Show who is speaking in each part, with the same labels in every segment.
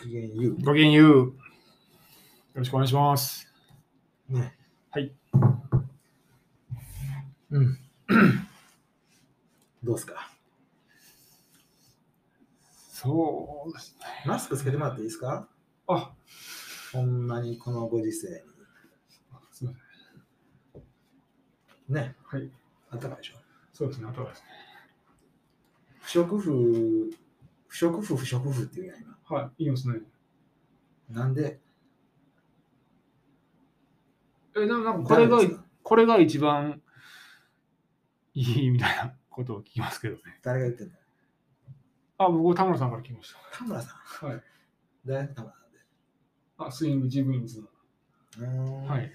Speaker 1: ごきげんよう。よろしくお願いします。
Speaker 2: ね。
Speaker 1: はい。
Speaker 2: うん。 どうですか
Speaker 1: そうです。
Speaker 2: マスクつけてもらっていいですか
Speaker 1: あ、
Speaker 2: ほんまにこのご時世。
Speaker 1: すみま
Speaker 2: ね、
Speaker 1: せん。はい。
Speaker 2: あったかいでしょ。
Speaker 1: そうですね。あとはですね。
Speaker 2: 不織布、不織布、不織布っていうやん、今。
Speaker 1: はい。いいですね。
Speaker 2: なんで、
Speaker 1: え、でもなんかこれが
Speaker 2: 誰ですか
Speaker 1: これが一番いいみたいなことを聞きますけどね。
Speaker 2: 誰が言ってんの
Speaker 1: あ、僕、田村さんから聞きまし
Speaker 2: 田村さん。
Speaker 1: た。はい。
Speaker 2: 誰田村さんで。
Speaker 1: あ、スイングジグインズの。
Speaker 2: うーん。
Speaker 1: はい。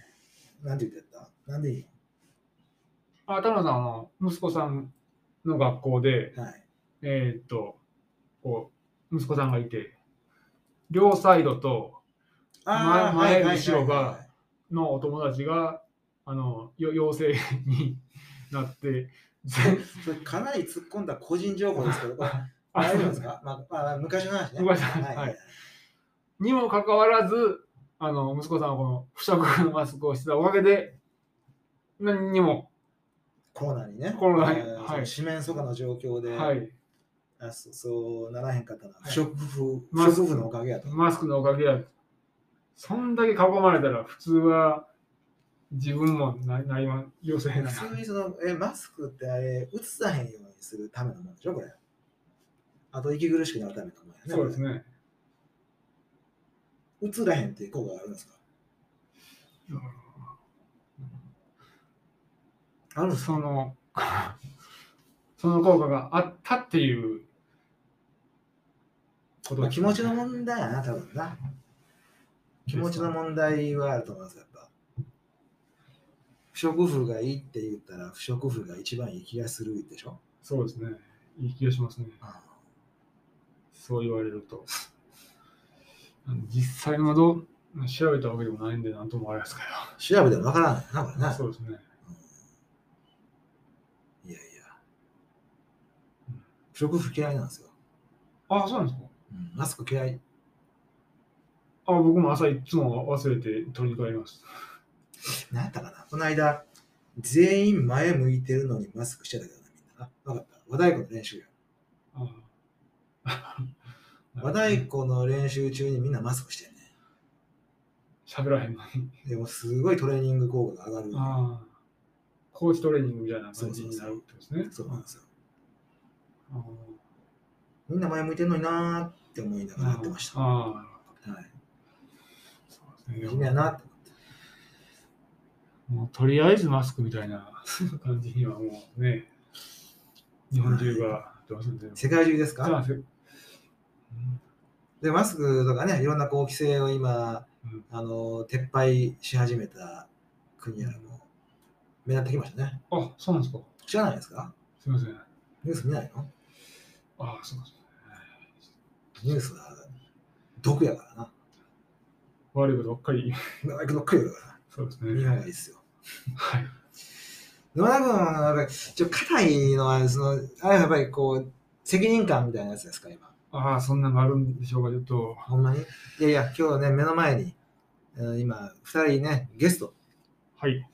Speaker 2: なんて言ってたなんでいい
Speaker 1: あ、田村さんは息子さんの学校で、
Speaker 2: のはい。
Speaker 1: えーっと、こう、息子さんがいて、両サイドと
Speaker 2: あー
Speaker 1: 前前
Speaker 2: はいはい
Speaker 1: 後ろが
Speaker 2: はいはい
Speaker 1: のお友達が、あの、よ陽性になって、全
Speaker 2: それかなり突っ込んだ個人情報ですけど、これ
Speaker 1: あ
Speaker 2: 大丈夫ですか、まあまあ、昔の話ね。
Speaker 1: 昔の話
Speaker 2: はいはい
Speaker 1: にもかかわらず、あの、息子さんはこの不織布のマスクをしてたおかげで、何にも、
Speaker 2: コロナにね、
Speaker 1: コロナに
Speaker 2: えー
Speaker 1: はい
Speaker 2: その四面楚歌の状況で、
Speaker 1: はい、
Speaker 2: あそそうならへんかったのは、
Speaker 1: は
Speaker 2: 不
Speaker 1: い
Speaker 2: 織布、
Speaker 1: まあ
Speaker 2: 不織布のおかげやと。
Speaker 1: マスクのおかげや。そんだけ囲まれたら、普通は自分もななりま、陽性なの。
Speaker 2: 普通にそのえマスクってあれ、うつさへんようにするためのものでしょ、これ。あと息苦しくなるためのものやね。
Speaker 1: そうですね。
Speaker 2: うつらへんっていう効果があるんですかあるんですか
Speaker 1: その、 その効果があったっていうこと
Speaker 2: まあ
Speaker 1: です
Speaker 2: 気
Speaker 1: ね
Speaker 2: 持ちの問題やな、多分な。気持ちの問題はあると思います、やっぱ。不織布がいいって言ったら、不織布が一番いい気がするでしょ。
Speaker 1: そうですね。いい気がしますね。
Speaker 2: あ
Speaker 1: そう言われると。あの実際のどう調べたわけでもないんで、なんともあれですけ
Speaker 2: あ調べてもわからないな、これ
Speaker 1: ど。
Speaker 2: な。
Speaker 1: そうですね。
Speaker 2: いやいや。不織布嫌いなんですよ。
Speaker 1: あ、そうなんですか。
Speaker 2: うんマスク嫌い。
Speaker 1: あ、僕も朝いつも忘れて取り替えます。
Speaker 2: 何やったかなこの間、全員前向いてるのにマスクしてたけどな、みんなな。わかった。和太鼓の練習や。
Speaker 1: あ
Speaker 2: 和太鼓の練習中にみんなマスクしてんね。
Speaker 1: 喋らへんのに。
Speaker 2: でもすごいトレーニング効果が上が
Speaker 1: ああ。コーチトレーニングみたいな感じになるってことですね。
Speaker 2: る。そうなんですよ。
Speaker 1: あー
Speaker 2: みんな前向いてるのになーって思いながらやってました。は
Speaker 1: ああ。そう
Speaker 2: い。
Speaker 1: で
Speaker 2: 真
Speaker 1: す
Speaker 2: 面目
Speaker 1: ね
Speaker 2: や。なって思って。
Speaker 1: もうとりあえずマスクみたいな 感じにはもうね、日本中がやってますんで。
Speaker 2: 世界中です
Speaker 1: そうな
Speaker 2: か
Speaker 1: んですよ
Speaker 2: で、マスクとかね、いろんなこう規制を今、
Speaker 1: うん
Speaker 2: あの、撤廃し始めた国やらも目立ってきましたね。
Speaker 1: あ、そうなんですか。
Speaker 2: 知らないですか
Speaker 1: すみません。
Speaker 2: ニュース見ないの
Speaker 1: ああ、そうなんですね。
Speaker 2: ニュースは毒やからな。
Speaker 1: 悪いことばっかり。
Speaker 2: だけど食えるか
Speaker 1: そうです
Speaker 2: ら。日
Speaker 1: ね。
Speaker 2: 本がいいっすよ。
Speaker 1: はい。
Speaker 2: 沼田君は、やっぱり、ちょ、硬いのは、その、あれはやっぱりこう、責任感みたいなやつですか、今。
Speaker 1: ああ、そんなのがあるんでしょうか、ちょっと。
Speaker 2: ほんまにいやいや、今日ね、目の前に、うん今、二人ね、ゲスト、
Speaker 1: はい。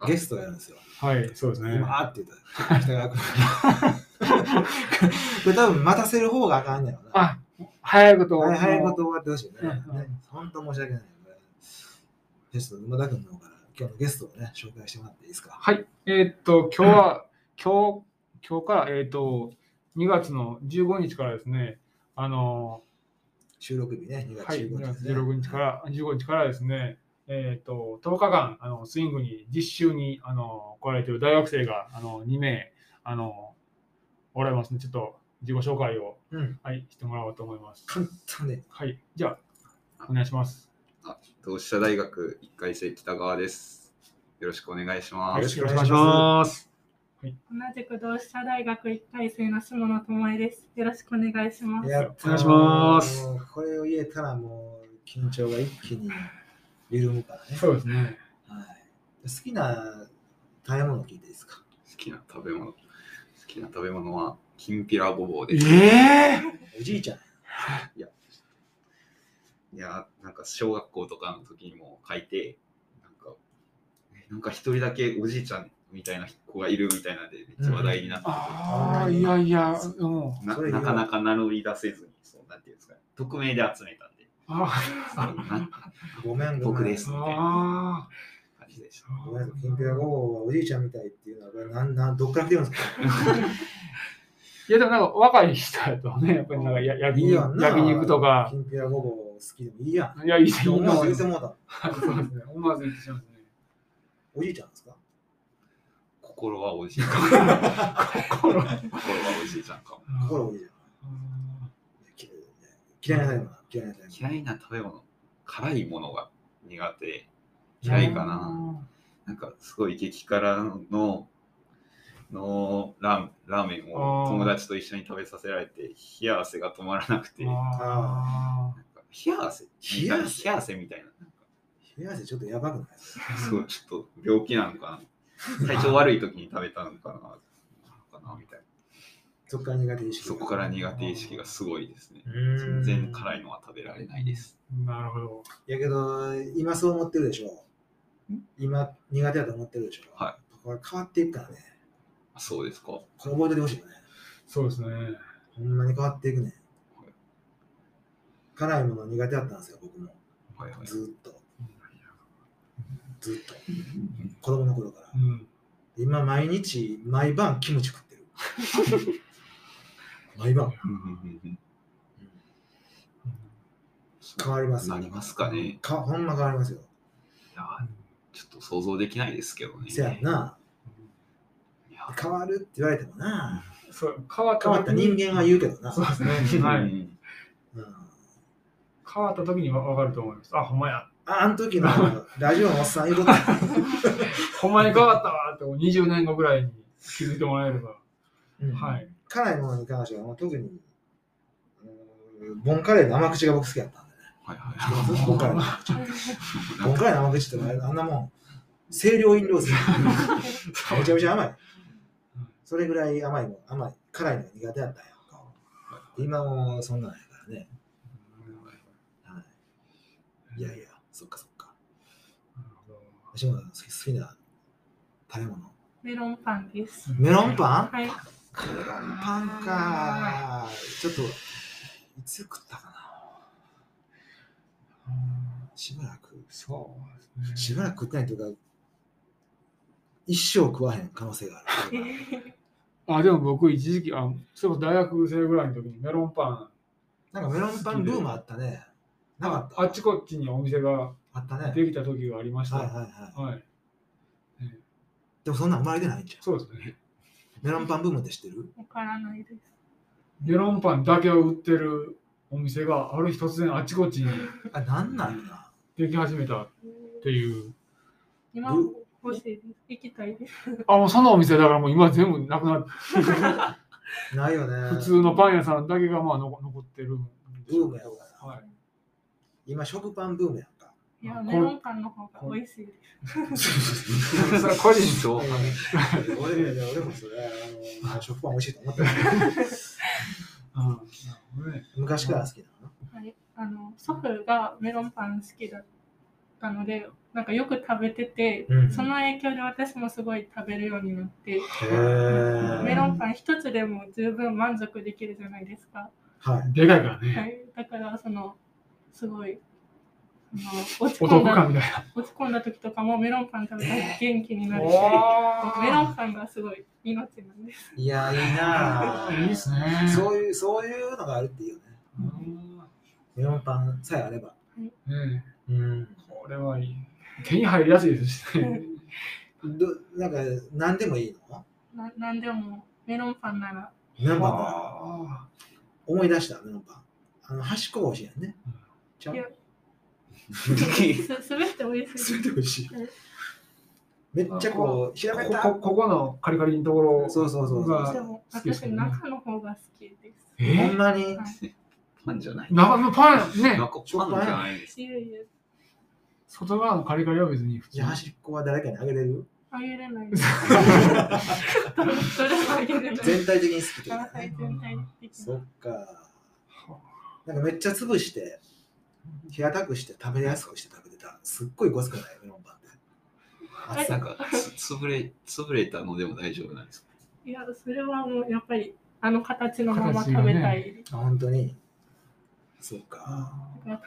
Speaker 1: あ
Speaker 2: ゲストがいるんですよ。
Speaker 1: はい、そうですね。
Speaker 2: 今、あーって言ったら、北川君。 これ多分待たせる方があかんねやろな。
Speaker 1: あ、早いこと。
Speaker 2: はい、早いこと終わってほしいね。
Speaker 1: うん
Speaker 2: ね本当申し訳ない。これゲスト、沼田君の方から、今日のゲストをね、紹介してもらっていいですか。
Speaker 1: はい。えーっと、今日は、今日、今日から、えーっと、2月の15日からですね、あの、
Speaker 2: 収録日ね、2月
Speaker 1: はい、
Speaker 2: 15日、
Speaker 1: 2
Speaker 2: ね。
Speaker 1: 月16日から、15日からですね、えっ、と、10日間、あの、スイングに、実習に、あの、来られている大学生が、あの、2名、あの、おられますね。ちょっと、自己紹介を、
Speaker 2: うん
Speaker 1: はい、してもらおうと思います。
Speaker 2: 本当ね、
Speaker 1: はい、じゃあ、お願いします。
Speaker 3: あ、同志社大学1回生北川です。よろしくお願いしま
Speaker 2: よろ
Speaker 3: す。
Speaker 2: しくお願いします。
Speaker 4: 同じく同志社大学1回生の下野智恵です。よろしくお願いします。
Speaker 2: やったー
Speaker 1: お願いします
Speaker 2: もうこれを言えたらもう緊張が一気に緩むからね。
Speaker 1: そうですね。
Speaker 2: はい、好きな食べ物聞いていいですか
Speaker 3: 好きな食べ物。好きな食べ物は、きんぴらごぼう
Speaker 1: え
Speaker 3: です。
Speaker 1: え
Speaker 2: おじいちゃん。
Speaker 3: いやいやーなんか小学校とかの時にも書いてなんかえなんか一人だけおじいちゃんみたいな子がいるみたいなんでめっちゃ話題になってて、
Speaker 1: ああ、いやいや、うん。
Speaker 3: な
Speaker 2: それ
Speaker 3: なかなか名乗り出せずにそうなんていうんですかね匿名で集めたんで
Speaker 1: あ
Speaker 3: そうな
Speaker 2: ごめん、ごめん。
Speaker 3: 僕ですみたい
Speaker 1: あ
Speaker 3: な感じでした。
Speaker 2: ごめん、きんぴらごぼうはおじいちゃんみたいっていうのは、これなんなんどっから来てるんですか
Speaker 1: いやでもなんか若い人やとね、やっぱりなんかや焼
Speaker 2: い
Speaker 1: き
Speaker 2: いやん
Speaker 1: 肉
Speaker 2: な
Speaker 1: 焼き肉とか
Speaker 2: き、んぴらごぼう好きでもいいやん。
Speaker 1: いや、いいいい
Speaker 2: 思
Speaker 1: の
Speaker 2: わず
Speaker 1: そう
Speaker 2: 言
Speaker 1: で
Speaker 2: う
Speaker 1: す
Speaker 2: て
Speaker 1: ね
Speaker 2: もうた。
Speaker 1: 思わず言ってしまうね。
Speaker 2: おじいちゃんですか
Speaker 3: 心はおじいちゃん。心はおじいちゃんかも。
Speaker 2: 心おじいちゃん。嫌いなタイプな。嫌いなタイプ。
Speaker 3: 嫌いな食べ物、辛いものが苦手で、嫌いかな。
Speaker 1: な。
Speaker 3: なんかすごい激辛ののラーラーメンを
Speaker 1: あー
Speaker 3: 友達と一緒に食べさせられて、冷や汗が止まらなくて、なんか
Speaker 1: あ
Speaker 3: 冷や汗
Speaker 2: 冷
Speaker 3: みたい
Speaker 2: や
Speaker 3: な、
Speaker 2: 汗
Speaker 3: 冷や汗みたいな。なんか
Speaker 2: 冷や汗ちょっとやばくない
Speaker 3: すごいちょっと病気なのかな。体調悪い時に食べたのかな。なのかなみたいな
Speaker 2: そこから苦手意識が。
Speaker 3: そこから苦手意識がすごいですね。
Speaker 2: うー
Speaker 3: 全
Speaker 2: ん
Speaker 3: 然辛いのは食べられないです。
Speaker 1: ーなるほど。
Speaker 2: やけど、今そう思ってるでしょ
Speaker 3: ん。
Speaker 2: 今、苦手だと思ってるでしょ。
Speaker 3: は
Speaker 2: これ変わっていくからね。
Speaker 3: あそうですか。
Speaker 2: これ覚えててほしいよね。
Speaker 1: そうですね。
Speaker 2: ほんまに変わっていくね
Speaker 3: はい。
Speaker 2: 辛いもの苦手だったんですよ、僕も。
Speaker 3: はいはい。
Speaker 2: ずーっと。ずーっと。子供の頃から。
Speaker 1: うん。
Speaker 2: 今、毎日、毎晩キムチ食ってる。毎晩。
Speaker 3: うんうんうんうん
Speaker 2: 変わりますよ
Speaker 3: なりますかね。い
Speaker 2: かほんま変わりますよ。
Speaker 3: やー、ちょっと想像できないですけどね。
Speaker 2: せやんな。
Speaker 3: いや
Speaker 2: 変わるって言われてもな。
Speaker 1: そう、変わった
Speaker 2: 変わった人間は言うけどな。
Speaker 1: そうですね。
Speaker 3: ー
Speaker 1: は
Speaker 3: う
Speaker 1: い。
Speaker 3: ん
Speaker 2: うん、
Speaker 1: 変わった時にわ分かると思います。あ、ほんまや。
Speaker 2: ああの時のラジオのおっさん言うこと
Speaker 1: ほんまに変わったわって20年後ぐらいに気づいてもらえれば。
Speaker 2: うん
Speaker 1: はい。
Speaker 2: 辛いものに関しては、もう特に、うんボンカレーの甘口が僕好きだったんでね。
Speaker 3: はい
Speaker 2: 知 ってま
Speaker 3: は
Speaker 2: すボンカレーの甘口。
Speaker 3: い。
Speaker 2: ボンカレーの甘口ってあれあんなもん、清涼飲料水。めちゃめちゃ甘い。それぐらい甘いもん、甘い。辛いのが苦手だったんやんか。今もそんなんやからね。はい、いやいや、そっかそっか。
Speaker 1: なるほど
Speaker 2: 橋本さん好き好きな食べ物。
Speaker 4: メロンパンです。
Speaker 2: メロンパン
Speaker 4: はい。
Speaker 2: メロンパンか。ちょっと、いつ食ったかな。しばらく。
Speaker 1: そうです
Speaker 2: し
Speaker 1: ね。
Speaker 2: ばらく食ってないというか、一生食わへん可能性があ
Speaker 4: え
Speaker 2: る。
Speaker 4: ー
Speaker 1: あ、でも僕、一時期、あ、それこそ大学生ぐらいの時にメロンパ
Speaker 2: なんかメロンパンブームあったね。
Speaker 1: ン、
Speaker 2: なかった
Speaker 1: ああっちこっちにお店が
Speaker 2: あったね。はい
Speaker 1: できた時がありました。
Speaker 2: はい
Speaker 1: は
Speaker 2: はい。
Speaker 1: い。
Speaker 2: でもそんなん生まれてないんじゃん。
Speaker 1: そうですね。
Speaker 2: メロンパンブームって知ってる
Speaker 4: わからないです。
Speaker 1: メロンパンだけを売ってるお店がある日突然あっちこっちに
Speaker 2: あ、なんなんやな。
Speaker 1: でき始めたっていう。
Speaker 4: 今も欲しいです。行きたいです。
Speaker 1: あ、もうそのお店だからもう今全部なくなって、
Speaker 2: ないよね。
Speaker 1: 普通のパン屋さんだけがまあ残残ってるんでし
Speaker 2: ブー
Speaker 1: ょう
Speaker 2: ム
Speaker 1: け
Speaker 2: や
Speaker 1: ど。
Speaker 2: から。
Speaker 1: はい。
Speaker 2: 今、食パンブームやんか。
Speaker 4: いや、
Speaker 1: こん
Speaker 4: メロンパンの方が美味しいです。
Speaker 1: それは個人
Speaker 3: そ
Speaker 2: う
Speaker 3: う
Speaker 2: ん俺いやいや俺もそれ、あの食パン美味しいと思ってる。
Speaker 1: うんなるほどね
Speaker 2: 昔から好きなの
Speaker 4: はい、あの祖父がメロンパン好きだったのでなんかよく食べてて、
Speaker 2: うん
Speaker 4: その影響で私もすごい食べるようになって、
Speaker 2: へ
Speaker 4: メロンパン一つでも十分満足できるじゃないですか、
Speaker 2: はい。
Speaker 1: でかいから
Speaker 4: は
Speaker 1: ね。
Speaker 4: い、だからそのすごいその落ち
Speaker 1: お
Speaker 4: 込ん
Speaker 1: 得
Speaker 4: だ
Speaker 1: 感みたいな。
Speaker 4: 落ち込んだ時とかもメロンパン食べたら元気になるしメロ
Speaker 1: お
Speaker 4: ンパンがすごい命なんです
Speaker 2: いや、いいな
Speaker 1: ーいいですね。
Speaker 2: そういう、そういうのがあるっていいよね。メロンパンさえあれば。
Speaker 1: うんねえ
Speaker 2: うん。
Speaker 1: これはいい。手に入りやすいですしね。
Speaker 2: どなんか、何でもいいの
Speaker 4: ななんでもメロンパンなら
Speaker 2: メロンパンだ。
Speaker 1: あ
Speaker 2: 思い出した、メロンパン。あの、端っこが美味しいやんね
Speaker 1: うん。
Speaker 2: ちゃう
Speaker 4: いやすすべて美味し
Speaker 2: 全
Speaker 4: い
Speaker 2: て美味しい。めっちゃこう、平
Speaker 1: ー
Speaker 2: べっ
Speaker 1: こ
Speaker 2: た。
Speaker 1: こここのカリカリのところ。
Speaker 2: そうそうそうそう。
Speaker 1: が
Speaker 4: でも
Speaker 1: 好きです
Speaker 4: 私
Speaker 1: よね
Speaker 4: 中の方が好きです
Speaker 2: ほ
Speaker 1: え
Speaker 2: んまに。
Speaker 3: パンじゃない。
Speaker 1: 中のパンね
Speaker 3: なん。かパンじゃないです。
Speaker 4: いやいや、
Speaker 1: 外側のカリカリは別に普
Speaker 2: い
Speaker 1: 通
Speaker 2: や、端っこは誰かにあげれる
Speaker 4: あげれないです。どれもあげれない。
Speaker 2: 全体的に好きってこと
Speaker 4: あ
Speaker 2: だ
Speaker 4: はい
Speaker 2: ね。
Speaker 4: 全体的
Speaker 2: そ
Speaker 4: に。
Speaker 2: っか。なんかめっちゃ潰して、平たくして食べやすくして食べてた。すっごいごつくないメロンパンって。厚
Speaker 3: な
Speaker 2: さ
Speaker 3: ん
Speaker 2: が。
Speaker 3: かつ潰れ潰れたのでも大丈夫なんですか
Speaker 4: いや、それはもうやっぱりあの形のまま食べたい。
Speaker 2: あ本当に。そうか。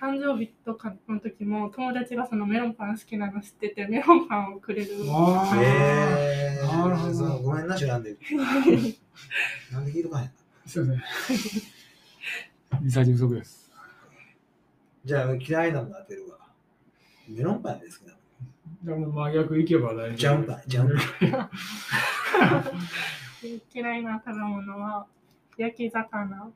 Speaker 4: 誕生日とかの時も友達がそのメロンパン好きなの知っててメロンパンをくれる。
Speaker 1: あー
Speaker 2: へえ
Speaker 1: なるほど
Speaker 2: そうごめんな、選ん でる。なんで聞いとかへんの
Speaker 1: すいません。リサーチ不足です。
Speaker 2: じゃあ、嫌いなもの当てるわ。メロンパンですけど。
Speaker 1: じゃあもう真逆いけば大丈夫。
Speaker 2: ジャンパン、ジャンパン。
Speaker 4: 嫌いな食べ物は焼き魚。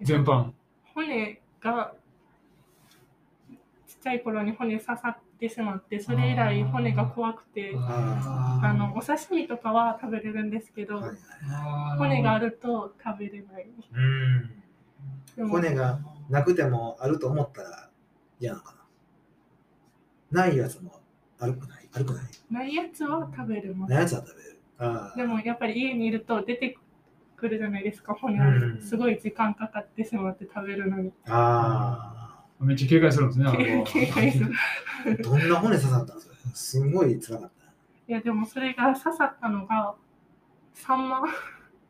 Speaker 1: 全般。
Speaker 4: 骨がちっちゃい頃に骨刺さってしまってそれ以来骨が怖くて
Speaker 2: あ
Speaker 4: あのお刺身とかは食べれるんですけど、
Speaker 2: はいはい
Speaker 1: あー
Speaker 4: 骨があると食べれないで
Speaker 2: うん。
Speaker 4: も
Speaker 2: 骨がなくてもあると思ったら嫌なのかな。ないやつもあるくないあるくない
Speaker 4: ないやつは食べれます
Speaker 2: ないやつは食べる。ああ。
Speaker 4: でもやっぱり家にいると出てくるじゃないですか骨
Speaker 2: うん
Speaker 4: をすごい時間かかってしまって食べるのに
Speaker 2: あ
Speaker 1: めっちゃ警戒するんですね。あの
Speaker 4: 警戒する
Speaker 2: あ。どんな骨刺さったんですかすごい辛かった。
Speaker 4: いやでもそれが刺さったのがサンマ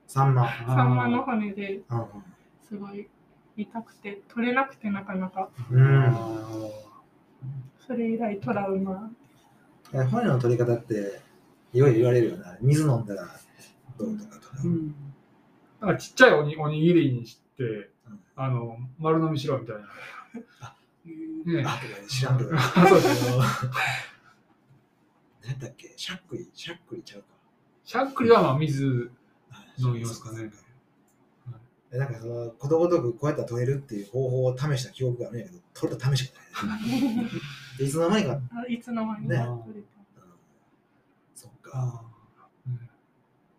Speaker 2: サンマ。
Speaker 4: サンマの骨で
Speaker 2: うんうん
Speaker 4: すごい痛くて取れなくてなかなか
Speaker 2: うん
Speaker 4: それ以来トラウマ
Speaker 2: え骨の取り方っていろいろ言われるよな。水飲んだらどうとかとか。
Speaker 1: うんなんかちっちゃいおにおにぎりにして、あの丸飲みしろみたいな。ね
Speaker 2: あとか知らんけど。何
Speaker 1: あ、 そうですね。
Speaker 2: やったっけしゃっくり、しゃっくりちゃうか。
Speaker 1: しゃっくりはまあ水。どう言いますかね
Speaker 2: え。なんかその、ことごとくこうやったら取れるっていう方法を試した記憶があるんやけど、取れた試しか ない、ね。いつの間にか、
Speaker 4: あいつの間に
Speaker 2: ね
Speaker 4: か取れ
Speaker 2: うん、
Speaker 4: た
Speaker 2: そっか。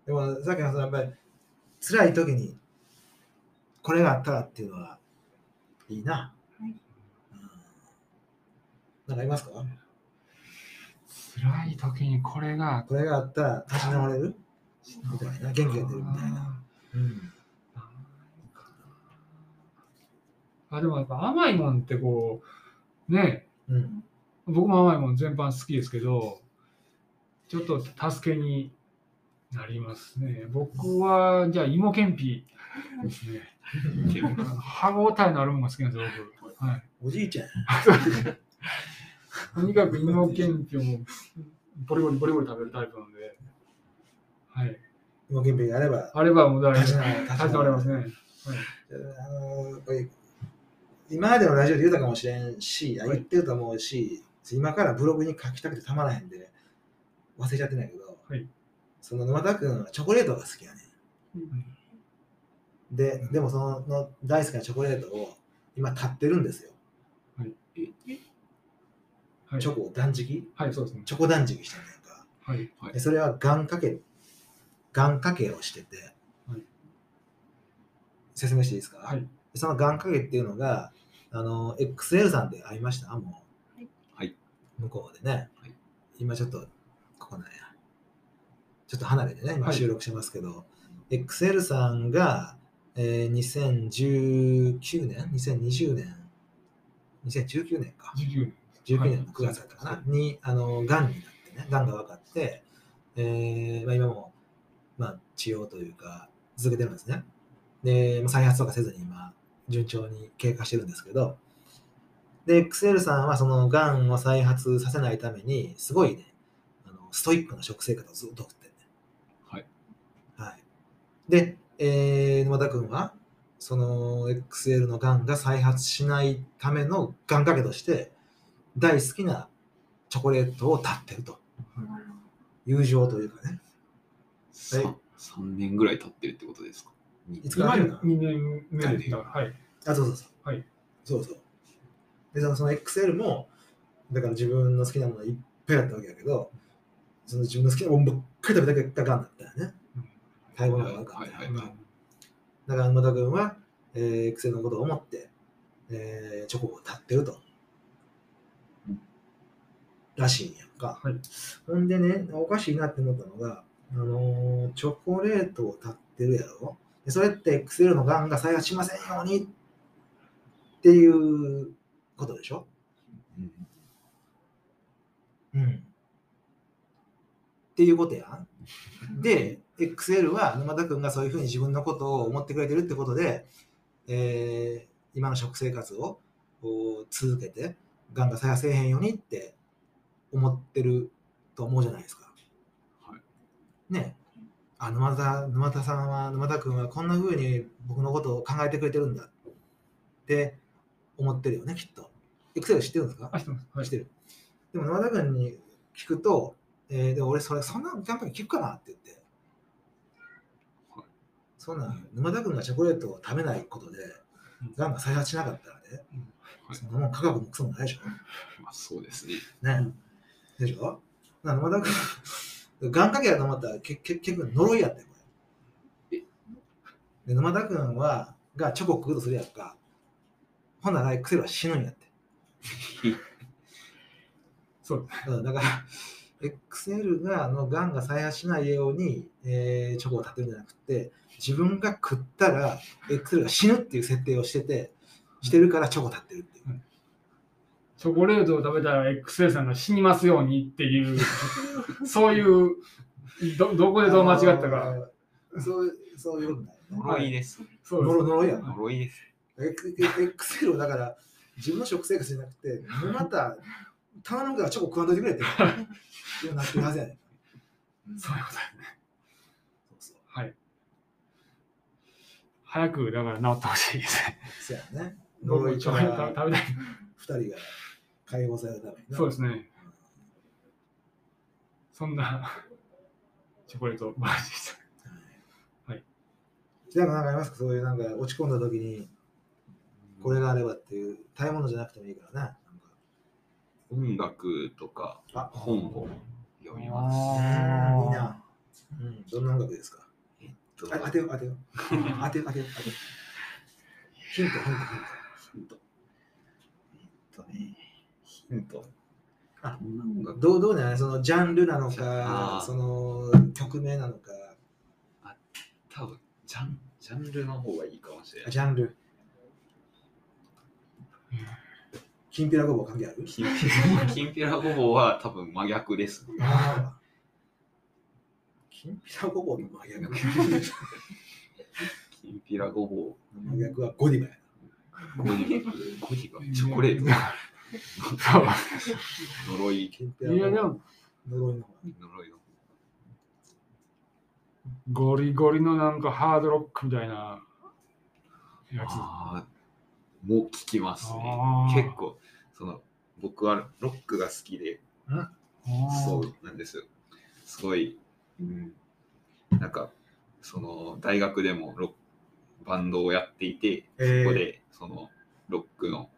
Speaker 2: でもさっきのそのやっぱり、辛い時に、これがあったらっていうのは、いいな。
Speaker 4: は
Speaker 2: う
Speaker 4: い
Speaker 2: ん、なんかありますか
Speaker 1: 辛い時にこれが。
Speaker 2: これがあったら立ち直れるみたいな、元気が出るみたいな。うん。
Speaker 1: あ、でもやっぱ甘いもんってこう、ね、
Speaker 2: うん。
Speaker 1: 僕も甘いもん全般好きですけど、ちょっと助けになりますね。僕は、じゃあ芋けんぴです ね。歯ごたえのあるものが好きなんですよ、僕。はい。
Speaker 2: おじいちゃんや。
Speaker 1: とにかく芋けんぴをもうボリボリボリボリ食べるタイプなんで、はい。
Speaker 2: 芋けんぴがあれば、
Speaker 1: あればもう大
Speaker 2: 立ち
Speaker 1: 丈夫。
Speaker 2: 直れ立
Speaker 1: 立ち直れますね。はい。
Speaker 2: あのこれ今までのラジオで言ったかもしれんし、あ言ってると思うし、今からブログに書きたくてたまらへんで、忘れちゃってないけど、
Speaker 1: はい
Speaker 2: その沼田君はチョコレートが好きやねん。で、でもそのの大好きなチョコレートを今買ってるんですよ。
Speaker 1: はい、
Speaker 2: チョコを断食
Speaker 1: はい、そうですね。
Speaker 2: チョコ断食してんねんか。
Speaker 1: はい。
Speaker 2: でそれは願掛け、願掛けをしてて、
Speaker 1: はい
Speaker 2: 説明していいですか、
Speaker 1: はい
Speaker 2: でその願掛けっていうのが、あの、XL さんで会いましたもう。
Speaker 3: はい
Speaker 2: 向こうでね。
Speaker 3: はい
Speaker 2: 今ちょっと、ここなんや。ちょっと離れてね、今
Speaker 1: はい
Speaker 2: 収録してますけど、XL さんが、えー、2019年 ?2020 年 ?2019 年か。
Speaker 1: 19年。
Speaker 2: 19年の9月だったかな、に、あの、がんになってね、がんが分かって、えーまあ、今も、まあ、治療というか、続けてるんですね。で、まあ、再発とかせずに今、順調に経過してるんですけど、で、XL さんはそのがんを再発させないために、すごいね、あのストイックな食生活をずっと送ってるね。
Speaker 3: はい。
Speaker 2: はい。で、えー、沼田君は、その XL のがんが再発しないための願掛けとして、大好きなチョコレートを立ってると。友情というかね。
Speaker 3: 3, 年ぐらい経ってるってことですか
Speaker 2: いつから
Speaker 1: 今
Speaker 2: だよな
Speaker 1: 2年目ですだから、はい。
Speaker 2: あ、そうそうそう。
Speaker 1: はい。
Speaker 2: そうそう。で、そのその XL も、だから自分の好きなものいっぱいあったわけだけど、その自分の好きなものばっかり食べた結果、がんだったよね
Speaker 1: うん。
Speaker 2: 食べ物が悪かった。
Speaker 3: はいはい
Speaker 1: うん
Speaker 2: だから沼田君は、えー、XL のことを思って、えーチョコを立ってると。
Speaker 3: うん
Speaker 2: らしいんやんか。
Speaker 1: はい
Speaker 2: ほんでね、おかしいなって思ったのが、あのーチョコレートを立ってるやろでそれって XL のがんが再発しませんようにっっていうことでしょうん。っていうことやん。で、XL は沼田君がそういうふうに自分のことを思ってくれてるってことで、えー今の食生活をこう続けて、がんが再発せえへんようにって思ってると思うじゃないですか。
Speaker 3: はい
Speaker 2: ねえあ沼田沼田さんは沼田君はこんなふうに僕のことを考えてくれてるんだって思ってるよねきっと。XL 知ってるんですか
Speaker 1: あ、してます。はい
Speaker 2: してる。でも、野田君に聞くと、えーでも俺、それ、そんなキャンペーン聞くかなって言って
Speaker 3: はい。
Speaker 2: そんなん、沼田君がチョコレートを食べないことで
Speaker 1: うん、
Speaker 2: がんが再発しなかったらね、
Speaker 3: はい
Speaker 2: そんなもん科学もクソもないでし
Speaker 3: まあ、そうですね。
Speaker 2: ょ。ね。でしょだから沼田君、がんかけやと思ったら、けけ結局呪いやったよ、これ。で沼田君は、がチョコ食うとするやんか。ほんなら、癖は死ぬんやって。
Speaker 1: そう
Speaker 2: うん、だから、XL があのがんが再発しないように、えーチョコを立てるんじゃなくて、自分が食ったら XL が死ぬっていう設定をしてて、してるからチョコ立ってるっていう。
Speaker 1: チョコレートを食べたら XL さんが死にますようにっていう、そういう、どどこでどう間違ったか。
Speaker 2: あのー。そうそういうことだよね。
Speaker 3: 呪いです。
Speaker 1: そうです
Speaker 2: 呪呪いやん。
Speaker 3: 呪いです。
Speaker 2: X- XL をだから、自分の食生活じゃなくて、また頼むからチョコ食わんといてくれっていうようになってるはずやねん。
Speaker 1: そういうことで
Speaker 2: そ
Speaker 1: すね。
Speaker 2: うそう
Speaker 1: はい。早く、だから治ってほしいですね。
Speaker 2: そうやね。
Speaker 1: 僕
Speaker 2: 呪
Speaker 1: も
Speaker 2: い
Speaker 1: チ
Speaker 2: か
Speaker 1: ョコレー
Speaker 2: ら
Speaker 1: ト食べたい。
Speaker 2: 2人が解放されるためにな
Speaker 1: そうですね。そんな、チョコレート話でした。はい。
Speaker 2: 北山なんかありますかそういうなんか落ち込んだ時にこれがあればっていう食べ物じゃなくてもいいからね。なんか
Speaker 3: 音楽とか
Speaker 2: あ
Speaker 3: 本を読みます。
Speaker 2: うーんいいな。うん、どんな音楽ですか
Speaker 3: と
Speaker 2: あ当てよう当てよう当てよう当てよう当てようヒントヒントヒン
Speaker 3: ヒント。えっとね、ヒント。
Speaker 2: あ
Speaker 3: こんな音楽
Speaker 2: ト。どうどうねそのジャンルなの
Speaker 3: あ
Speaker 2: か
Speaker 3: ー
Speaker 2: その曲名なのか
Speaker 3: 多分ジャン、ジャンルの方がいいかもしれな
Speaker 2: あ
Speaker 3: い。
Speaker 2: ジャンルきんぴらごぼう関係ある
Speaker 3: きんぴ らきんぴらごぼうは多分真逆です。
Speaker 2: ああきんぴらごぼうの真逆
Speaker 3: きんぴらごぼ
Speaker 2: 真逆はゴディバや
Speaker 3: う、ゴディバ、ゴディバチョコレート、呪い、
Speaker 2: きんぴ
Speaker 1: い
Speaker 2: らごぼ
Speaker 1: や、
Speaker 2: う
Speaker 1: でも、
Speaker 2: 呪いの方
Speaker 3: 呪いの。
Speaker 1: ゴリゴリのなんかハードロックみたいなやつ。
Speaker 3: ああ、もう聞きますね
Speaker 1: あ。ー
Speaker 3: 結構、その、僕はロックが好きで、そうなんですよ。すごい、うん、なんか、その、大学でもロックバンドをやっていて、
Speaker 2: えー
Speaker 3: そこで、その、ロックの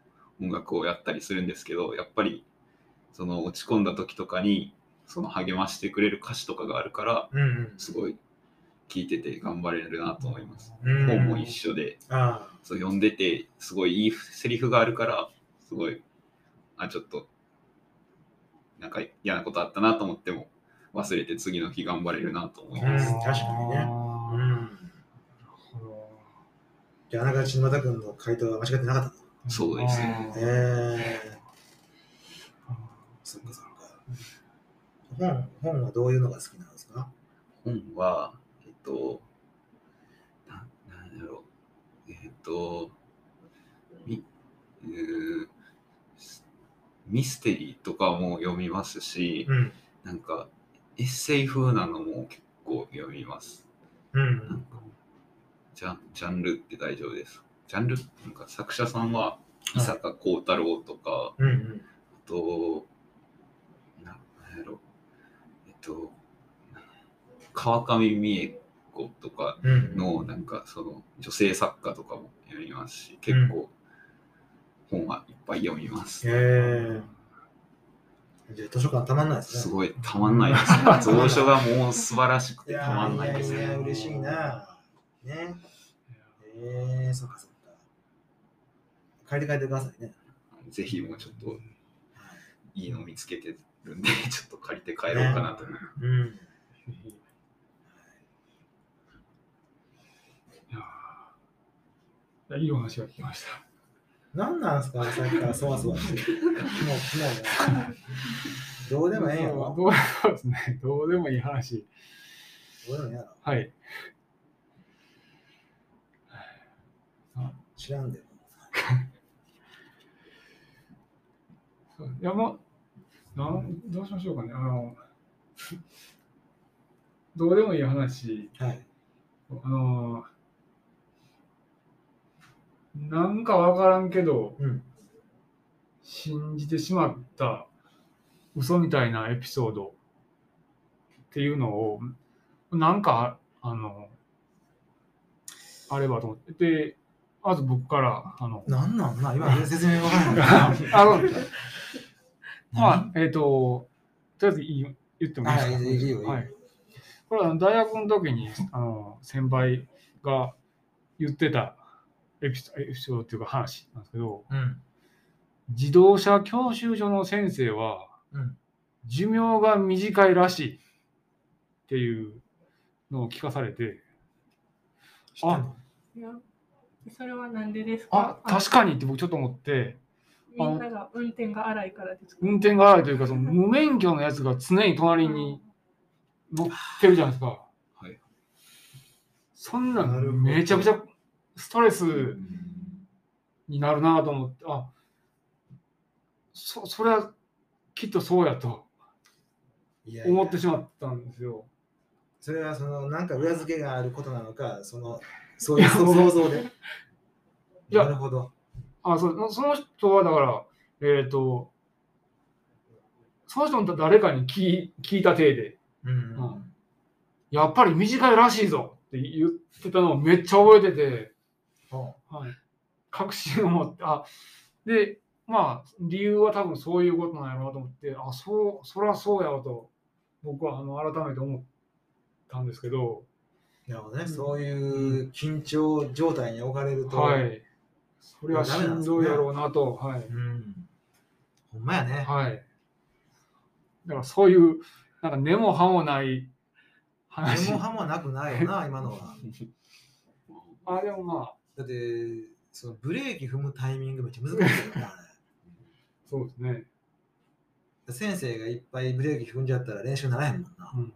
Speaker 3: 音楽をやったりするんですけど、やっぱり、その、落ち込んだ時とかに、その、励ましてくれる歌詞とかがあるから、
Speaker 2: うんうん
Speaker 3: すごい、聴いてて頑張れるなと思います。
Speaker 2: うん
Speaker 3: 本も一緒で、
Speaker 2: ああ
Speaker 3: そう読んでて、すごいいいセリフがあるから、すごい、あ、ちょっと、なんか嫌なことあったなと思っても、忘れて次の日頑張れるなと思い
Speaker 1: あ
Speaker 3: ま
Speaker 1: ー
Speaker 3: す。
Speaker 2: うん確かにねうん
Speaker 1: この
Speaker 2: じゃあ、あながち沼田君の回答は間違ってなかったと。
Speaker 3: そうですね
Speaker 1: あ
Speaker 2: え
Speaker 1: ー
Speaker 2: えそっかそっか。本、本はどういうのが好きなんですか
Speaker 3: 本は、えっと、ななんだろう、えっと、みうーミステリーとかも読みますし、
Speaker 2: ん。
Speaker 3: なんかエッセイ風なのも結構読みます。
Speaker 2: う
Speaker 3: なん
Speaker 2: ん。
Speaker 3: かジャンジャンルって大丈夫です。ジャンルなんか作者さんは伊坂幸太郎とか、
Speaker 2: うんうん。
Speaker 3: あと、ななんやろ、えっと、川上美恵子とか
Speaker 2: うん
Speaker 3: のなんかその女性作家とかも読みますし、結構本はいっぱい読みます。
Speaker 2: ええじゃあ、図書館たまんないですね。
Speaker 3: すごいたまんな いですね。蔵書がもう素晴らしく
Speaker 2: い
Speaker 3: て
Speaker 2: や
Speaker 3: たまんないです
Speaker 2: や
Speaker 3: ね。
Speaker 2: や嬉しいな。ね。ええそっかそっか。借りて帰ってくださいね。
Speaker 3: ぜひもうちょっと
Speaker 2: はい
Speaker 3: いいの見つけてるんで、 ちょっと借りて帰ろうかなと思います。
Speaker 2: うん。
Speaker 1: いやーいやいいお話が聞きまし
Speaker 2: なんなんすか、さっきからそわそわして。もう、もう、どうでもええよ。
Speaker 1: どうそうですね。どうでもいい話。
Speaker 2: どうでもええやろ。
Speaker 1: はい。
Speaker 2: 知らんで。
Speaker 1: いや、まあ、なんどうしましょうかね。あの、 どうでもいい話、
Speaker 2: はい。
Speaker 1: あの、なんかわからんけど、
Speaker 2: うん。
Speaker 1: 信じてしまった嘘みたいなエピソードっていうのをなんかあのあればと思ってでまず僕から あの
Speaker 2: なんなんな、今説明わからんの
Speaker 1: あ
Speaker 2: か
Speaker 1: の
Speaker 2: な。
Speaker 1: まあえっ、ととりあえず言い言ってもいいですか、
Speaker 2: はいいいよいいよ
Speaker 1: はいこれはあの大学の時にあの先輩が言ってたエピソエピソードっていうか話なんですけど、
Speaker 2: うん。
Speaker 1: 自動車教習所の先生は
Speaker 2: うん
Speaker 1: 寿命が短いらしいっていうのを聞かされて、
Speaker 2: 知ってんの
Speaker 4: いやそれはなんでです
Speaker 1: あ
Speaker 4: か
Speaker 1: 確かにって僕ちょっと思って、
Speaker 4: みんなが運転が荒いからですか
Speaker 1: 運転が荒いというか、その無免許のやつが常に隣に乗ってるじゃないですか。
Speaker 3: はい
Speaker 1: そんな
Speaker 2: なるほど
Speaker 1: んめちゃくちゃストレス
Speaker 3: うん
Speaker 1: になるなと思って、あそそれはきっとそうやと
Speaker 2: いやいや
Speaker 1: 思ってしまったんですよ。
Speaker 2: それはそのなんか裏付けがあることなのか、そのそういう想像で。
Speaker 1: いや
Speaker 2: なるほど。
Speaker 1: あ、そう、その人はだから、えっ、と、その人も誰かに聞い聞いた体で、
Speaker 2: うん
Speaker 1: うやっぱり短いらしいぞって言ってたのをめっちゃ覚えてて、
Speaker 2: ほ
Speaker 1: はい、確信を持って、あ、で、まあ、理由は多分そういうことなんやろうなと思って、あ、そう、そりゃそうやわと、僕はあの改めて思ったんですけど、
Speaker 2: うなるほど
Speaker 1: う
Speaker 2: ね。
Speaker 1: ん
Speaker 2: そういう緊張状態に置かれると。
Speaker 1: はい。それはしんどいやろうなと、はい。
Speaker 2: うん。ほんまやね。
Speaker 1: はい。だからそういう、なんか根も葉もない話。
Speaker 2: 根も葉もなくないよな、今のは。
Speaker 1: あ、でもまあ、
Speaker 2: だって、そのブレーキ踏むタイミングめっちゃ難しいよ な。あ
Speaker 1: そうですね。
Speaker 2: れ先生がいっぱいブレーキ踏んじゃったら練習ならへんもんな
Speaker 1: う。ん、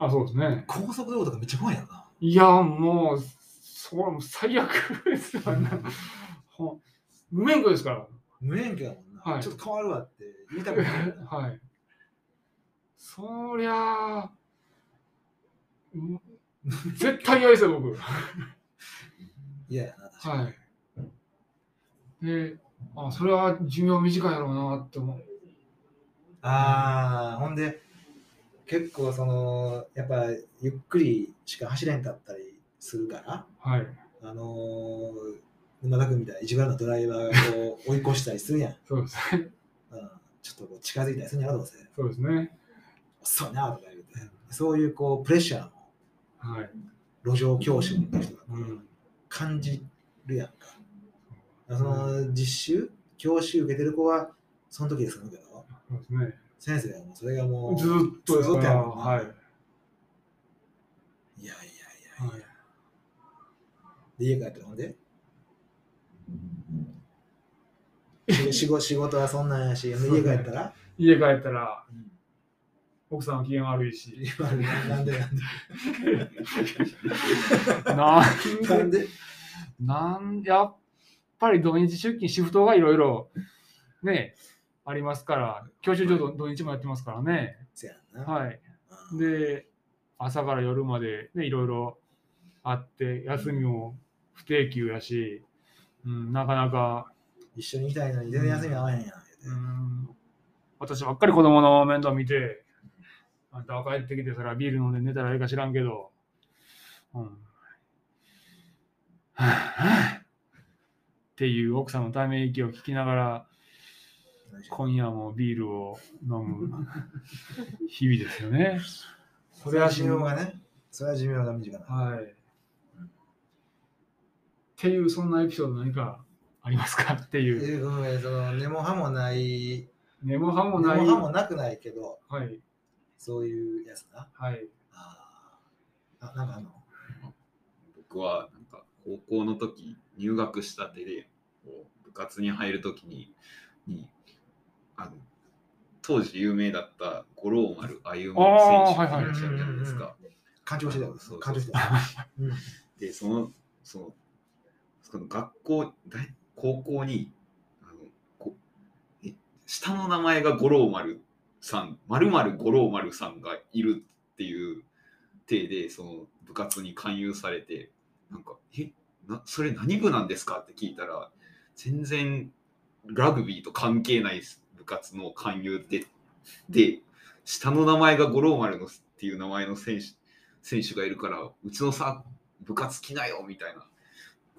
Speaker 1: あ、そうですね。
Speaker 2: 高速道路とかめっちゃ怖いよな。
Speaker 1: いや、もう、それはもう最悪ですよ ね。ほん無免許ですから。
Speaker 2: 無免許やもんな、
Speaker 1: はい
Speaker 2: ちょっと変わるわって言いたくないよな。
Speaker 1: はい。そりゃあ、うん絶対嫌ですよ、僕。
Speaker 2: 嫌やな、確かに。
Speaker 1: はい。で、あ、それは寿命短いやろうなって思う。
Speaker 2: ああ、ほんで、結構その、やっぱゆっくりしか走れんかったりするから、
Speaker 1: はい。
Speaker 2: あのー、沼田君みたいな一番のドライバーがこう追い越したりするやん。
Speaker 1: そうですね。
Speaker 2: うん、ちょっとこう近づいたりするんやろ、どうせ。
Speaker 1: そうですね。
Speaker 2: 遅いなとか言うて。そういうこうプレッシャーも
Speaker 1: はい。
Speaker 2: 路上教師の人がこ
Speaker 1: う。
Speaker 2: うん感じるやんか。その実習、教習受けてる子はその時でするけど、
Speaker 1: そうですね。
Speaker 2: 先生はもうそれがもう、
Speaker 1: ずーっとです
Speaker 2: ずー
Speaker 1: か
Speaker 2: っとや
Speaker 1: ら、
Speaker 2: もんな
Speaker 1: はい。は
Speaker 2: や
Speaker 1: い
Speaker 2: いやいやいや。で、家帰ってほんで仕仕事仕事はそんなんやし、ほんで家帰ったら、
Speaker 1: い、家帰ったら、
Speaker 2: うん
Speaker 1: 奥さんは機嫌悪いし、
Speaker 2: 今なんでなんで
Speaker 1: な
Speaker 2: なんん
Speaker 1: で、
Speaker 2: で
Speaker 1: なんやっぱり土日出勤、シフトがいろいろね、ありますから、教習所ど土日もやってますからね。
Speaker 2: せやんな。
Speaker 1: はい。
Speaker 2: うん
Speaker 1: で、朝から夜までね、いろいろあって、休みも不定休やし、うん、なかなか
Speaker 2: 一緒に行きたいのに全然休み合わへんやん。
Speaker 1: うーん私ばっかり子供の面倒見て、あんたは帰ってきて、そらビール飲んで寝たらええか知らんけど、うん。はぁはぁっていう奥さんのため息を聞きながら、今夜もビールを飲む日々ですよね。
Speaker 2: それは寿命がね、それは寿命が短いな。
Speaker 1: はい。っていう、そんなエピソード何かありますかって
Speaker 2: え
Speaker 1: いう。
Speaker 2: ーごめん、その根も葉もない、
Speaker 1: 根も葉も
Speaker 2: 根も
Speaker 1: ない。
Speaker 2: 葉もなくないけど、
Speaker 1: はい。
Speaker 2: そういうやつな。
Speaker 1: はい。
Speaker 2: あーあ、なんかあんの
Speaker 3: 僕はなんか高校の時入学したてで、こう部活に入るときににあの、当時有名だった五郎丸歩夢選手がいらっしゃるじゃないですか。
Speaker 2: 勘違いしてたよ
Speaker 3: そうそう
Speaker 2: 勘違い してた。うん
Speaker 3: で、その、その、その学校、大高校に、あのこえ下の名前が五郎丸さん、まるまる五郎丸さんがいるっていう体で、その部活に勧誘されて、なんか、え、なそれ何部なんですかって聞いたら、全然ラグビーと関係ない部活の勧誘で、で、下の名前が五郎丸のっていう名前の選手選手がいるから、うちのさ、部活来なよみたいな、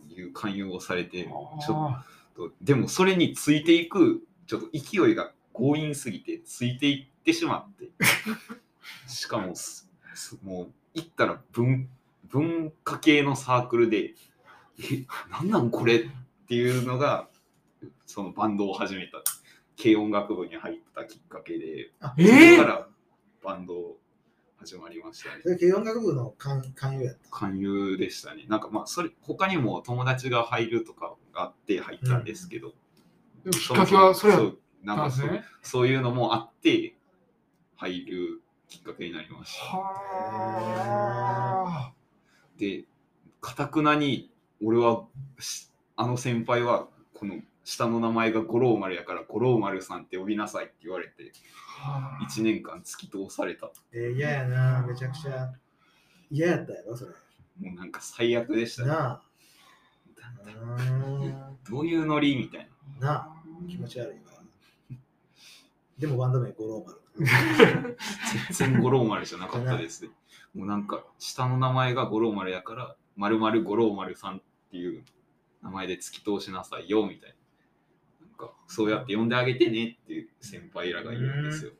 Speaker 3: いう勧誘をされて、ちょ
Speaker 1: あ
Speaker 3: っと、でもそれについていく、ちょっと勢いが強引すぎて、ついていってしま って、しかも、すすもう、行ったら文文化系のサークルで、え、なんなんこれっていうのが、そのバンドを始めた、軽音楽部に入ったきっかけで、
Speaker 2: あ
Speaker 1: え
Speaker 3: そ
Speaker 1: ー
Speaker 3: れからバンド始まりましたね
Speaker 2: そ。れ軽音楽部の勧勧誘やった。
Speaker 3: 勧誘でしたね。なんかまあそれ他にも友達が入るとかがあって入ったんですけど、
Speaker 1: ーでもきっ
Speaker 3: そ
Speaker 1: か
Speaker 3: も
Speaker 1: け
Speaker 3: そも
Speaker 1: はそれや
Speaker 3: そ
Speaker 1: っ
Speaker 3: うなん
Speaker 1: たん
Speaker 3: か
Speaker 1: です
Speaker 3: そう
Speaker 1: ね。
Speaker 3: そういうのもあって入るきっかけになりました。
Speaker 1: はあ。
Speaker 3: で、かたくなに俺はしあの先輩はこの下の名前が五郎丸やから五郎丸さんって呼びなさいって言われて1年間突き通された。
Speaker 2: えー嫌やな、めちゃくちゃ。嫌やったやろ、それ。
Speaker 3: もうなんか最悪でしたね。
Speaker 2: なあ。うーん
Speaker 3: どういうノリみたいな。
Speaker 2: なあ、気持ち悪いわ。でもバンド名五郎丸。
Speaker 3: 全然五郎丸じゃなかったですね。もうなんか、下の名前が五郎丸やから、まるまる五郎丸さんっていう名前で突き通しなさいよ、みたいな。なんか、そうやって呼んであげてねっていう先輩らがいるんですよ。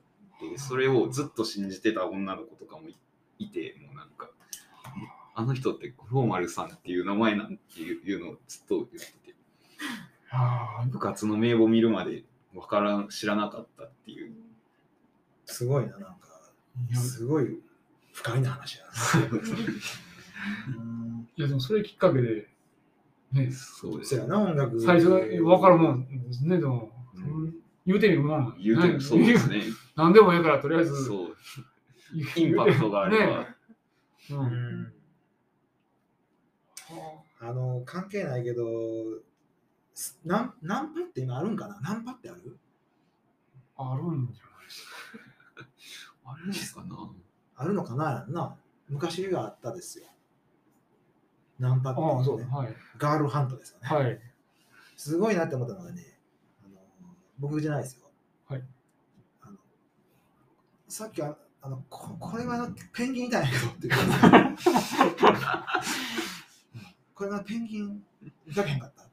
Speaker 3: で、それをずっと信じてた女の子とかもいいて、もうなんか、えあの人って五郎丸さんっていう名前なんていうのをずっと言ってて、
Speaker 1: はあ
Speaker 3: 部活の名簿見るまでわからん、知らなかったっていう。
Speaker 2: すごいな、なんか。
Speaker 1: いや
Speaker 2: すごい不快な話やな。う
Speaker 1: いやでもそれきっかけで、ね、
Speaker 3: そう
Speaker 2: ーん
Speaker 3: です
Speaker 2: そ
Speaker 3: ね
Speaker 2: やな、音楽。
Speaker 1: 最初分かるもんですね、でも。
Speaker 3: うん
Speaker 1: 言うてみるもん。
Speaker 3: 言うてもそうですね。
Speaker 1: 何でもええから、とりあえず。
Speaker 3: そう。
Speaker 1: 言う
Speaker 3: インパクトがあれば。
Speaker 1: ねう
Speaker 2: うんん。あの、関係ないけど、すナンナンパって今あるんかなナンパってある
Speaker 1: あるんじゃない
Speaker 3: あれですかな。
Speaker 2: あるのかなやんな。昔があったですよ。ナンパってい
Speaker 1: ああ、そうう。
Speaker 2: ね、
Speaker 1: はい。
Speaker 2: ガールハントですよね。
Speaker 1: はい。
Speaker 2: すごいなって思ったのがね、あの僕じゃないですよ。
Speaker 1: はい。
Speaker 2: あのさっきああのこ、これはあのペンギンみたいなって 言ったんですよこれはペンギン見かけへんかったっ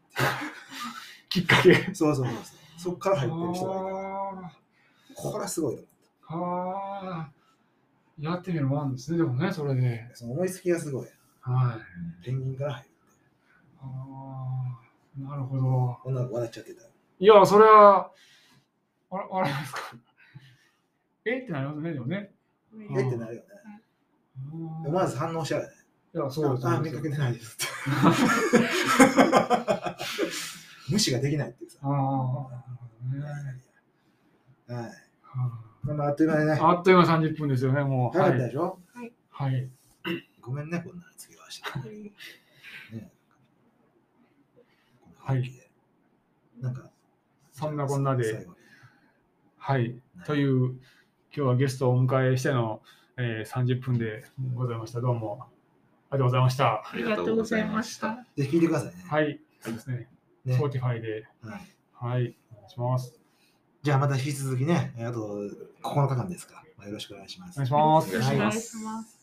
Speaker 1: きっかけ。
Speaker 2: て。そうそうそうそう。そっから入ってる人がいるから、
Speaker 1: は
Speaker 2: これはすごいと思っ
Speaker 1: あはあ。やってみるもんですね、でもね、それで。
Speaker 2: た。その思いつきがすごい。
Speaker 1: はい。
Speaker 2: ペンギンから入る。
Speaker 1: ああ、なるほど。
Speaker 2: 女の子笑っちゃってた。
Speaker 1: いや、それは、あれ、あれですか。 えってなりますね、でもね。うん
Speaker 2: えってなるよね。
Speaker 1: うん
Speaker 2: 思わず反応しちゃうよね。
Speaker 1: いや、そうです。
Speaker 2: あ、見かけてない ですって。無視ができないっていうさ。
Speaker 1: ああ、なるほどね。
Speaker 2: はい。
Speaker 1: は
Speaker 2: まあまあ、あっという間にね。
Speaker 1: ああっという間30分ですよね、もう。
Speaker 2: 早
Speaker 1: は
Speaker 2: かった
Speaker 1: い。
Speaker 2: でしょ、
Speaker 1: はい。
Speaker 2: ごめんね、こんなの次はして。ね、。
Speaker 1: はい
Speaker 2: なんか、
Speaker 1: そんなこんな
Speaker 2: 最
Speaker 1: で、
Speaker 2: 後に
Speaker 1: はい。と
Speaker 2: う。
Speaker 1: いう、今日はゲストをお迎えしての、えー、30分でございました。どうもありがとうございました。
Speaker 3: あ
Speaker 4: ありがとうございました。。
Speaker 2: で、聞いてくださいね。
Speaker 1: はい。そうですね。
Speaker 2: ね
Speaker 1: Spotify で、
Speaker 2: はい
Speaker 1: はい。お願いします。
Speaker 2: じゃあ、また引き続きね、あと9日間ですから、まあ、よろしくお願いしま
Speaker 1: お
Speaker 2: す
Speaker 1: 願い。しま
Speaker 3: お
Speaker 1: す
Speaker 3: 願い。します
Speaker 4: お願いします。